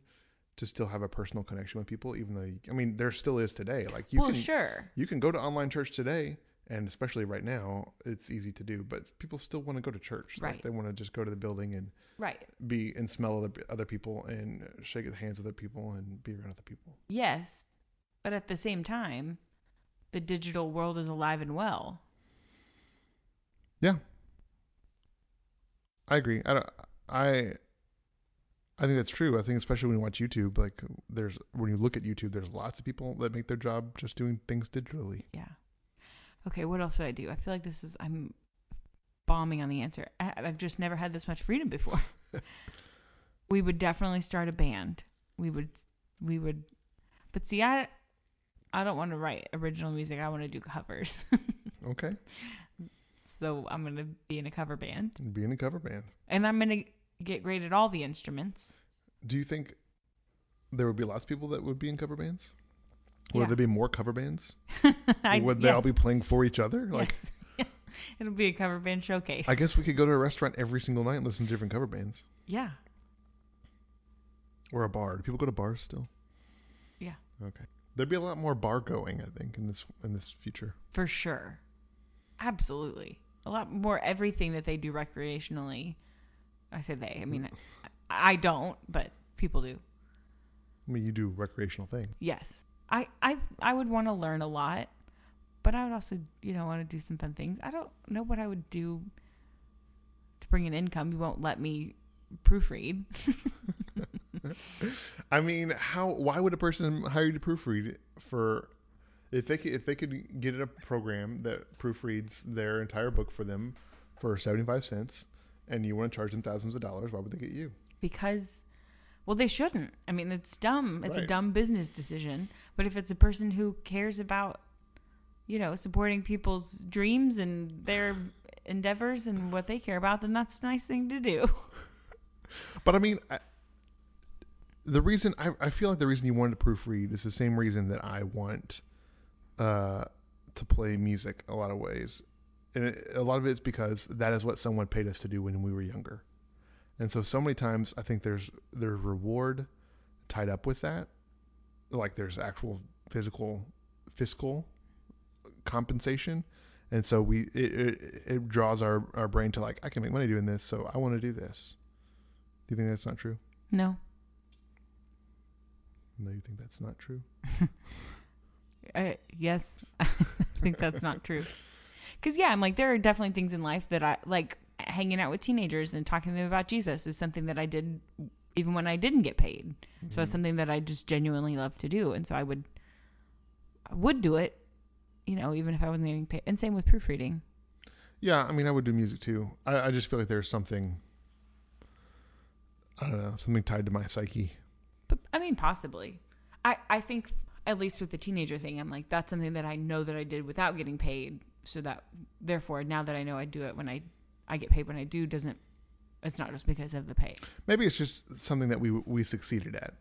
B: to still have a personal connection with people. Even though you, I mean, there still is today. Like you
A: well,
B: can e-
A: sure.
B: you can go to online church today, and especially right now, it's easy to do. But people still want to go to church.
A: Right.
B: Like they want to just go to the building and
A: Right.
B: be and smell other other people and shake the hands of other people and be around other people.
A: Yes. But at the same time, the digital world is alive and well.
B: Yeah, I agree. I don't, I I think that's true. I think especially when you watch YouTube, like there's when you look at YouTube, there's lots of people that make their job just doing things digitally.
A: Yeah. Okay, what else would I do? I feel like this is I'm bombing on the answer. I, I've just never had this much freedom before. we would definitely start a band. We would we would but see I I don't want to write original music. I want to do covers.
B: Okay.
A: so I'm going to be in a cover band
B: Be in a cover band.
A: and I'm going to get great at all the instruments.
B: Do you think there would be lots of people that would be in cover bands? Would
A: Yeah.
B: there be more cover bands?
A: I-
B: would they all be
A: yes,
B: playing for each other? Like,
A: yes. It'll be a cover band showcase.
B: I guess we could go to a restaurant every single night and listen to different cover bands
A: Yeah.
B: or a bar. Do people go to bars still?
A: Yeah.
B: Okay. There'd be a lot more bar going, I think, in this in this future.
A: For sure. Absolutely. A lot more everything that they do recreationally. I say they. I mean, I, I don't, but people do.
B: I mean, you do recreational things.
A: Yes. I I I would want to learn a lot, but I would also, you know, want to do some fun things. I don't know what I would do to bring in income. You won't let me proofread.
B: I mean, how? Why would a person hire you to proofread for? If they could, if they could get a program that proofreads their entire book for them for seventy five cents, and you want to charge them thousands of dollars, why would they get you?
A: because well they shouldn't i mean it's dumb it's a
B: Right.
A: dumb business decision but if it's a person who cares about you know supporting people's dreams and their endeavors and what they care about then that's a nice thing to do
B: But I mean, I, the reason I, I feel like the reason you wanted to proofread is the same reason that I want uh, to play music. A lot of ways, and it, a lot of it's because that is what someone paid us to do when we were younger. And so, so many times, I think there's there's reward tied up with that, like there's actual physical fiscal compensation. And so we it, it, it draws our, our brain to like I can make money doing this, so I want to do this. Do you think that's not true?
A: no
B: No, you think that's not true?
A: uh, yes i think that's not true because yeah i'm like there are definitely things in life that i like hanging out with teenagers and talking to them about jesus is something that i did even when i didn't get paid so
B: Mm-hmm.
A: that's
B: Mm.
A: something that i just genuinely love to do and so i would i would do it you know even if i wasn't getting paid and same with proofreading
B: Yeah, I mean, I would do music too. I, I just feel like there's something, I don't know, something tied to my psyche.
A: but i mean possibly i i think at least with the teenager thing i'm like that's something that i know that i did without getting paid so that therefore now that i know i do it when i i get paid when i do doesn't it's not just because of the pay
B: Maybe it's just something that we we succeeded at.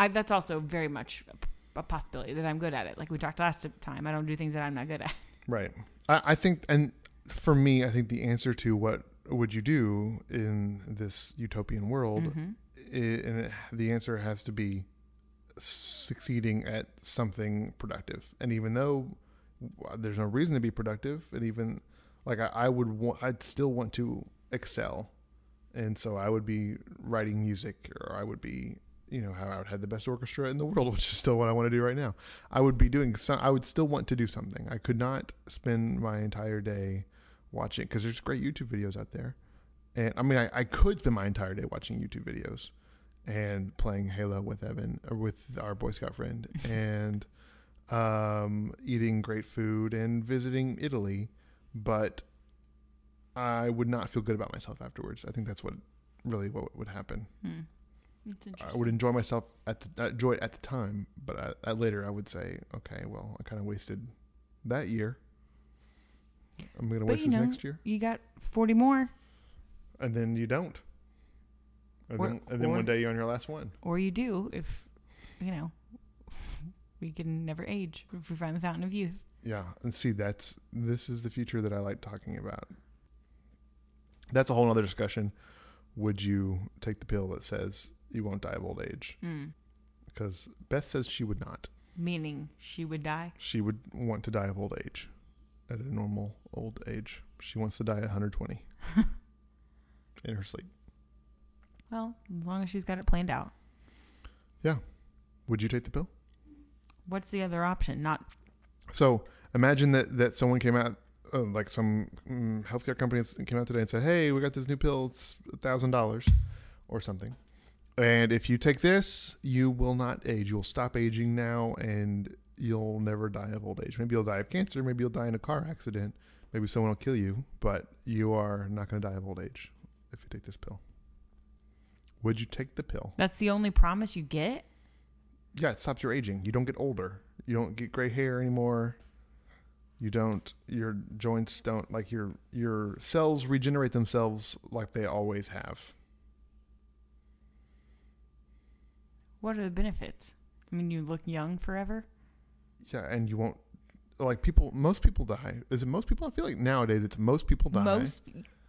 A: I, that's also very much a p- a possibility that i'm good at it like we talked last time i don't do things that i'm not good at
B: Right. I, I think, and for me, I think the answer to what would you do in this utopian world,
A: Mhm.
B: i and it, the answer has to be succeeding at something productive. And even though there's no reason to be productive, and even like I, I would, wa- I'd still want to excel, and so I would be writing music, or I would be. You know how I would have the best orchestra in the world, which is still what I want to do right now. I would be doing some. I would still want to do something. I could not spend my entire day watching because there's great YouTube videos out there, and I mean I, I could spend my entire day watching YouTube videos and playing Halo with Evan or with our Boy Scout friend and um, eating great food and visiting Italy, but I would not feel good about myself afterwards. I think that's what really what would happen.
A: hmm.
B: I would enjoy myself at the, I enjoy it at the time, but I, I later I would say, okay, well, I kind of wasted that year. I'm gonna
A: But
B: waste
A: you
B: this
A: know-
B: next year,
A: you got 40 more
B: and then you don't. And
A: Or-
B: then, and then
A: or-
B: one day you're on your last one.
A: or you do if you know we can never age if we find the fountain of youth
B: Yeah, and see, that's this is the future that I like talking about. That's a whole other discussion. Would you take the pill that says you won't die of old age?
A: Hmm.
B: Because Beth says she would not.
A: meaning she would die
B: She would want to die of old age, at a normal old age. She wants to die at 120 in her sleep.
A: well as long as she's got it planned out
B: Would you take the pill?
A: what's the other option not
B: So imagine that that someone came out, uh, like some mm, healthcare company s- came out today and said, "Hey, we got this new pill. It's thousand dollars, or something." And if you take this, you will not age. You'll stop aging now, and you'll never die of old age. Maybe you'll die of cancer. Maybe you'll die in a car accident. Maybe someone will kill you, but you are not going to die of old age if you take this pill. Would you take the pill?
A: that's the only promise you get
B: Yeah, it stops your aging. You don't get older. You don't get gray hair anymore. You don't. Your joints don't like your your cells regenerate themselves like they always have.
A: What are the benefits? I mean, you look young forever.
B: Yeah, and you won't like people. Most people die. Is it most people? I feel like nowadays it's most people die.
A: Most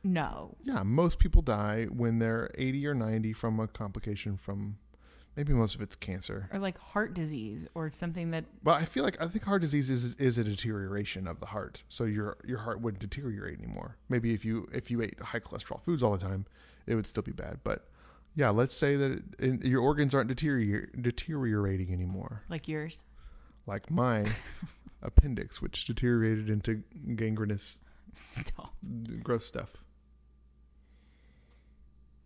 A: no.
B: Yeah, most people die when they're 80 or 90 from a complication from maybe most of it's cancer.
A: Or like heart disease or something that
B: But I feel like I think heart disease is is a deterioration of the heart. So your your heart wouldn't deteriorate anymore. Maybe if you if you ate high cholesterol foods all the time, it would still be bad. But yeah, let's say that it, and your organs aren't deterior- deteriorating anymore,
A: like yours.
B: like my appendix, which deteriorated into gangrenous,
A: Stop.
B: gross stuff.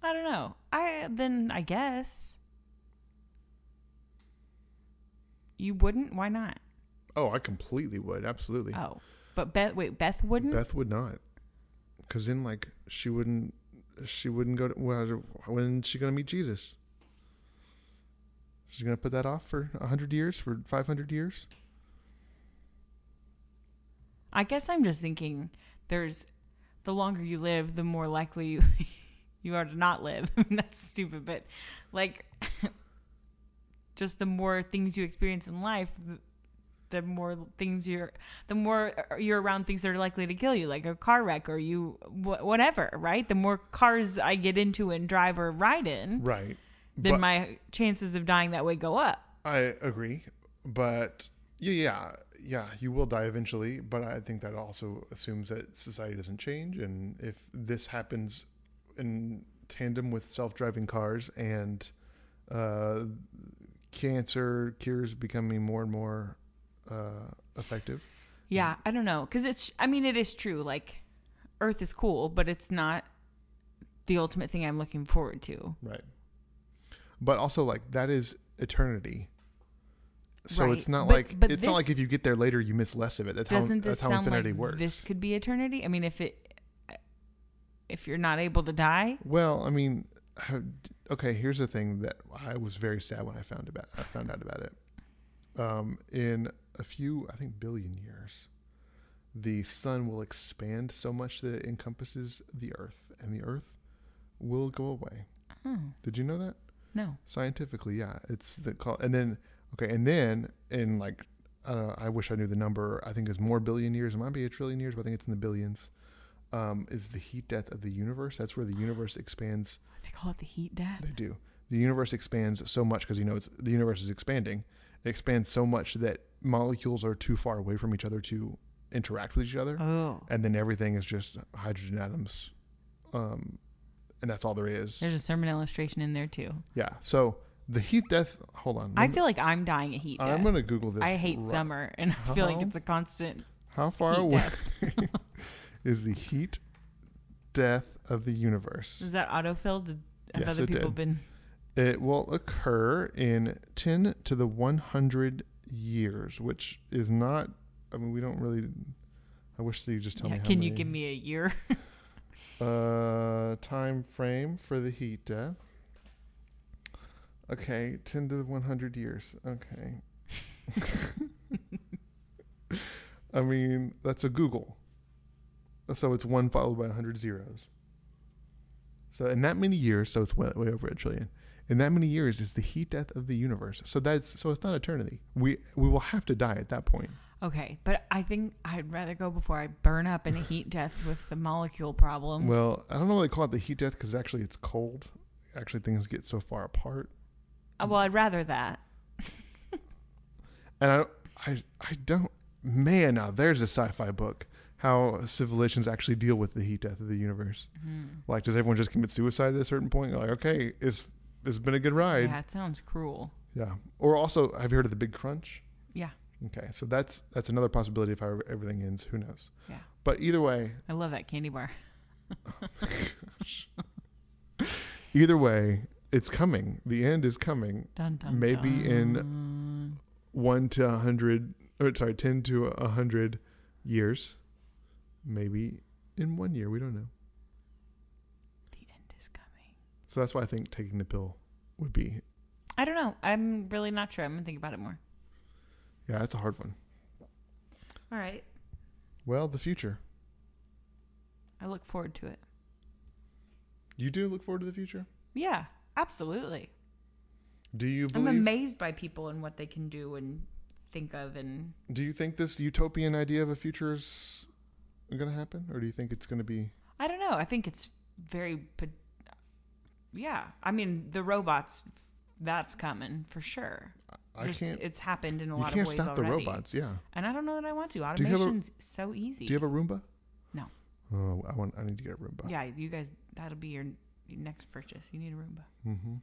A: I don't know. I then I guess you wouldn't. Why not?
B: Oh, I completely would. Absolutely.
A: Oh, but Beth. Wait, Beth wouldn't.
B: Beth would not, because then like she wouldn't, she wouldn't go to. Well, when she gonna meet Jesus? She's gonna put that off for hundred years, for five hundred years.
A: I guess I'm just thinking there's the longer you live, the more likely you, you are to not live. I mean, that's stupid, but like just the more things you experience in life, the, the more things you're, the more uh, you're around things that are likely to kill you, like a car wreck or you, wh- whatever, right? The more cars I get into and drive or ride in,
B: Right.
A: then
B: But-
A: my chances of dying that way go up.
B: I agree, but yeah, yeah, yeah, you will die eventually. But I think that also assumes that society doesn't change, and if this happens in tandem with self-driving cars and uh, cancer cures becoming more and more uh, effective,
A: Yeah, I don't know. Because it's, I mean, it is true. Like, Earth is cool, but it's not the ultimate thing I'm looking forward to.
B: right? But also, like that is eternity. So
A: Right,
B: it's not
A: but-
B: like
A: but
B: it's not like
A: this-
B: if you get there later, you miss less of it. That's how
A: Doesn't this
B: that's how
A: sound
B: infinity
A: like
B: works.
A: this could be eternity? I mean, if it, if you're not able to die,
B: Well, I mean, how- okay. Here's the thing that I was very sad when I found about I found out about it. Um, in a few, I think, billion years, the sun will expand so much that it encompasses the Earth, and the Earth will go away.
A: oh,
B: Did you know that?
A: no.
B: Scientifically, yeah, it's the call. And then, okay, and then in like, I don't know, I wish I knew the number. I think it's more billion years. It might be a trillion years, but I think it's in the billions. Um, is the heat death of the universe? That's where the universe expands
A: They call it the heat death.
B: they do. The universe expands so much because you know it's the universe is expanding. It expands so much that molecules are too far away from each other to interact with each other,
A: Oh,
B: and then everything is just hydrogen atoms, um, and that's all there is.
A: there's a sermon illustration in there too.
B: Yeah. So the heat death. Hold on.
A: I
B: Let me-
A: feel like I'm dying a heat
B: I'm
A: death.
B: gonna Uh-huh. Google this.
A: I hate
B: ri-
A: summer, and I feel like
B: How?
A: it's a constant.
B: How far
A: heat
B: away is the heat death of the universe?
A: Is that autofill? Did, have
B: Yes,
A: other
B: it
A: people
B: did.
A: been?
B: It will occur in 10 to the 100 years, which is not. I mean, we don't really. I wish that you just tell
A: Yeah,
B: me. how
A: can you
B: many-
A: give me a year?
B: uh time frame for the heat death? Okay, 10 to the 100 years. Okay. I mean, that's a Google. So it's one followed by 100 zeros. So in that many years, so it's way, way over a trillion. In that many years is the heat death of the universe. So that's so it's not eternity. We we will have to die at that point.
A: Okay, but I think I'd rather go before I burn up in a heat death with the molecule problems.
B: Well, I don't know why they call it the heat death because actually it's cold. Actually, things get so far apart.
A: Uh, well, I'd rather that.
B: and I, I, I don't. Man, now there's a sci-fi book. How civilizations actually deal with the heat death of the universe.
A: Hmm.
B: Like, does everyone just commit suicide at a certain point? You're like, okay, it's it's been a good ride.
A: Yeah, it sounds cruel.
B: Yeah. Or also, have you heard of the Big Crunch?
A: Yeah,
B: Okay, so that's that's another possibility of how everything ends. Who knows?
A: Yeah.
B: But either way,
A: I love that candy bar.
B: either way, it's coming. The end is coming.
A: Dun, dun,
B: Maybe in-
A: dun.
B: one to a hundred, or sorry, ten to a hundred years, maybe in one year. We don't know.
A: the end is coming.
B: So that's why I think taking the pill would be.
A: I don't know. I'm really not sure. I'm gonna think about it more.
B: Yeah, that's a hard one.
A: All right.
B: Well, the future.
A: I look forward to it.
B: You do look forward to the future?
A: Yeah, absolutely.
B: Do you
A: I'm
B: believe
A: amazed by people and what they can do and think of and
B: Do you think this utopian idea of a future is going to happen or do you think it's going to be
A: I don't know. I think it's very pot- Yeah. I mean, the robots that's coming for sure.
B: I
A: Just-
B: can't
A: it's happened in a
B: You
A: lot
B: can't
A: of ways
B: stop the
A: already.
B: robots, yeah.
A: And I don't know that I want to.
B: Do you have a-
A: Automation's so easy.
B: Do you have a Roomba?
A: No.
B: Oh, I want I need to get a Roomba.
A: yeah, you guys that'll be your, your next purchase. You need a Roomba.
B: Mm-hmm.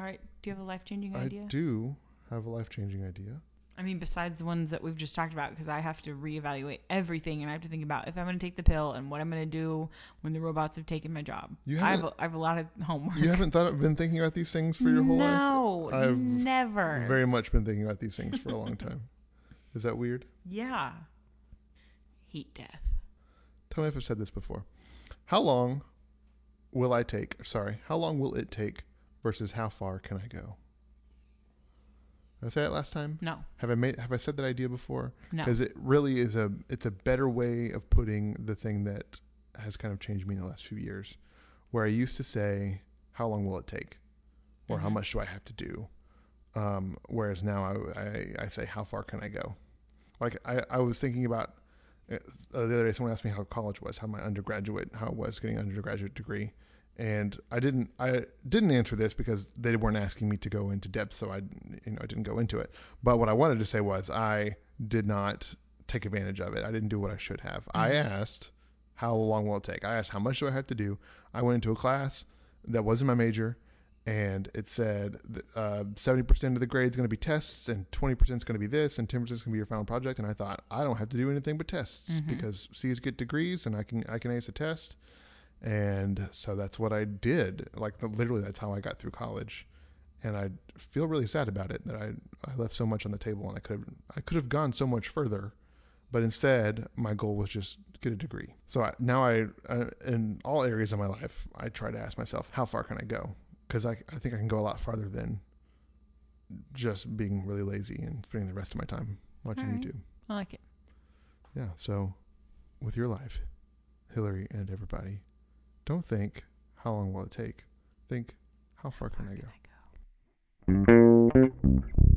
A: All right. Do you have a life-changing
B: I
A: idea?
B: do have a life-changing idea.
A: I mean, besides the ones that we've just talked about, because I have to reevaluate everything and I have to think about if I'm going to take the pill and what I'm going to do when the robots have taken my job.
B: You
A: I have a,
B: haven't-
A: I have a lot of homework.
B: You haven't thought been thinking about these things for your whole life?
A: no,
B: I've
A: never.
B: Very much been thinking about these things for a long time. Is that weird?
A: yeah. Heat death.
B: Tell me if I've said this before. How long will I take? Sorry, how long will it take versus how far can I go? Did I say that last time?
A: No,
B: Have I made have I said that idea before?
A: no.
B: Because it really is a it's a better way of putting the thing that has kind of changed me in the last few years, where I used to say, "How long will it take?" or "How
A: Mhm.
B: much do I have to do?" Um, whereas now I, I I say, "How far can I go?" Like I I was thinking about uh, the other day, someone asked me how college was, how my undergraduate, how it was getting an undergraduate degree, and I didn't I didn't answer this because they weren't asking me to go into depth, so I you know I didn't go into it. But what I wanted to say was I did not take advantage of it. I didn't do what I should have. I
A: Mhm.
B: asked how long will it take. I asked how much do I have to do. I went into a class that wasn't my major, and it said uh, seventy percent of the grade is going to be tests, and twenty percent is going to be this, and ten percent is going to be your final project. And I thought I don't have to do anything but tests
A: Mhm.
B: because C's get degrees, and I can I can ace a test. And so that's what I did. Like the, literally, that's how I got through college. And I feel really sad about it that I, I left so much on the table and I could have I could have gone so much further, but instead my goal was just get a degree. So I, now I, I in all areas of my life I try to ask myself how far can I go because I I think I can go a lot farther than just being really lazy and spending the rest of my time watching
A: Alright.
B: YouTube.
A: I like it.
B: Yeah. So, with your life, Hillary and everybody, don't think how long will it take. Think how far can I go.
A: I go?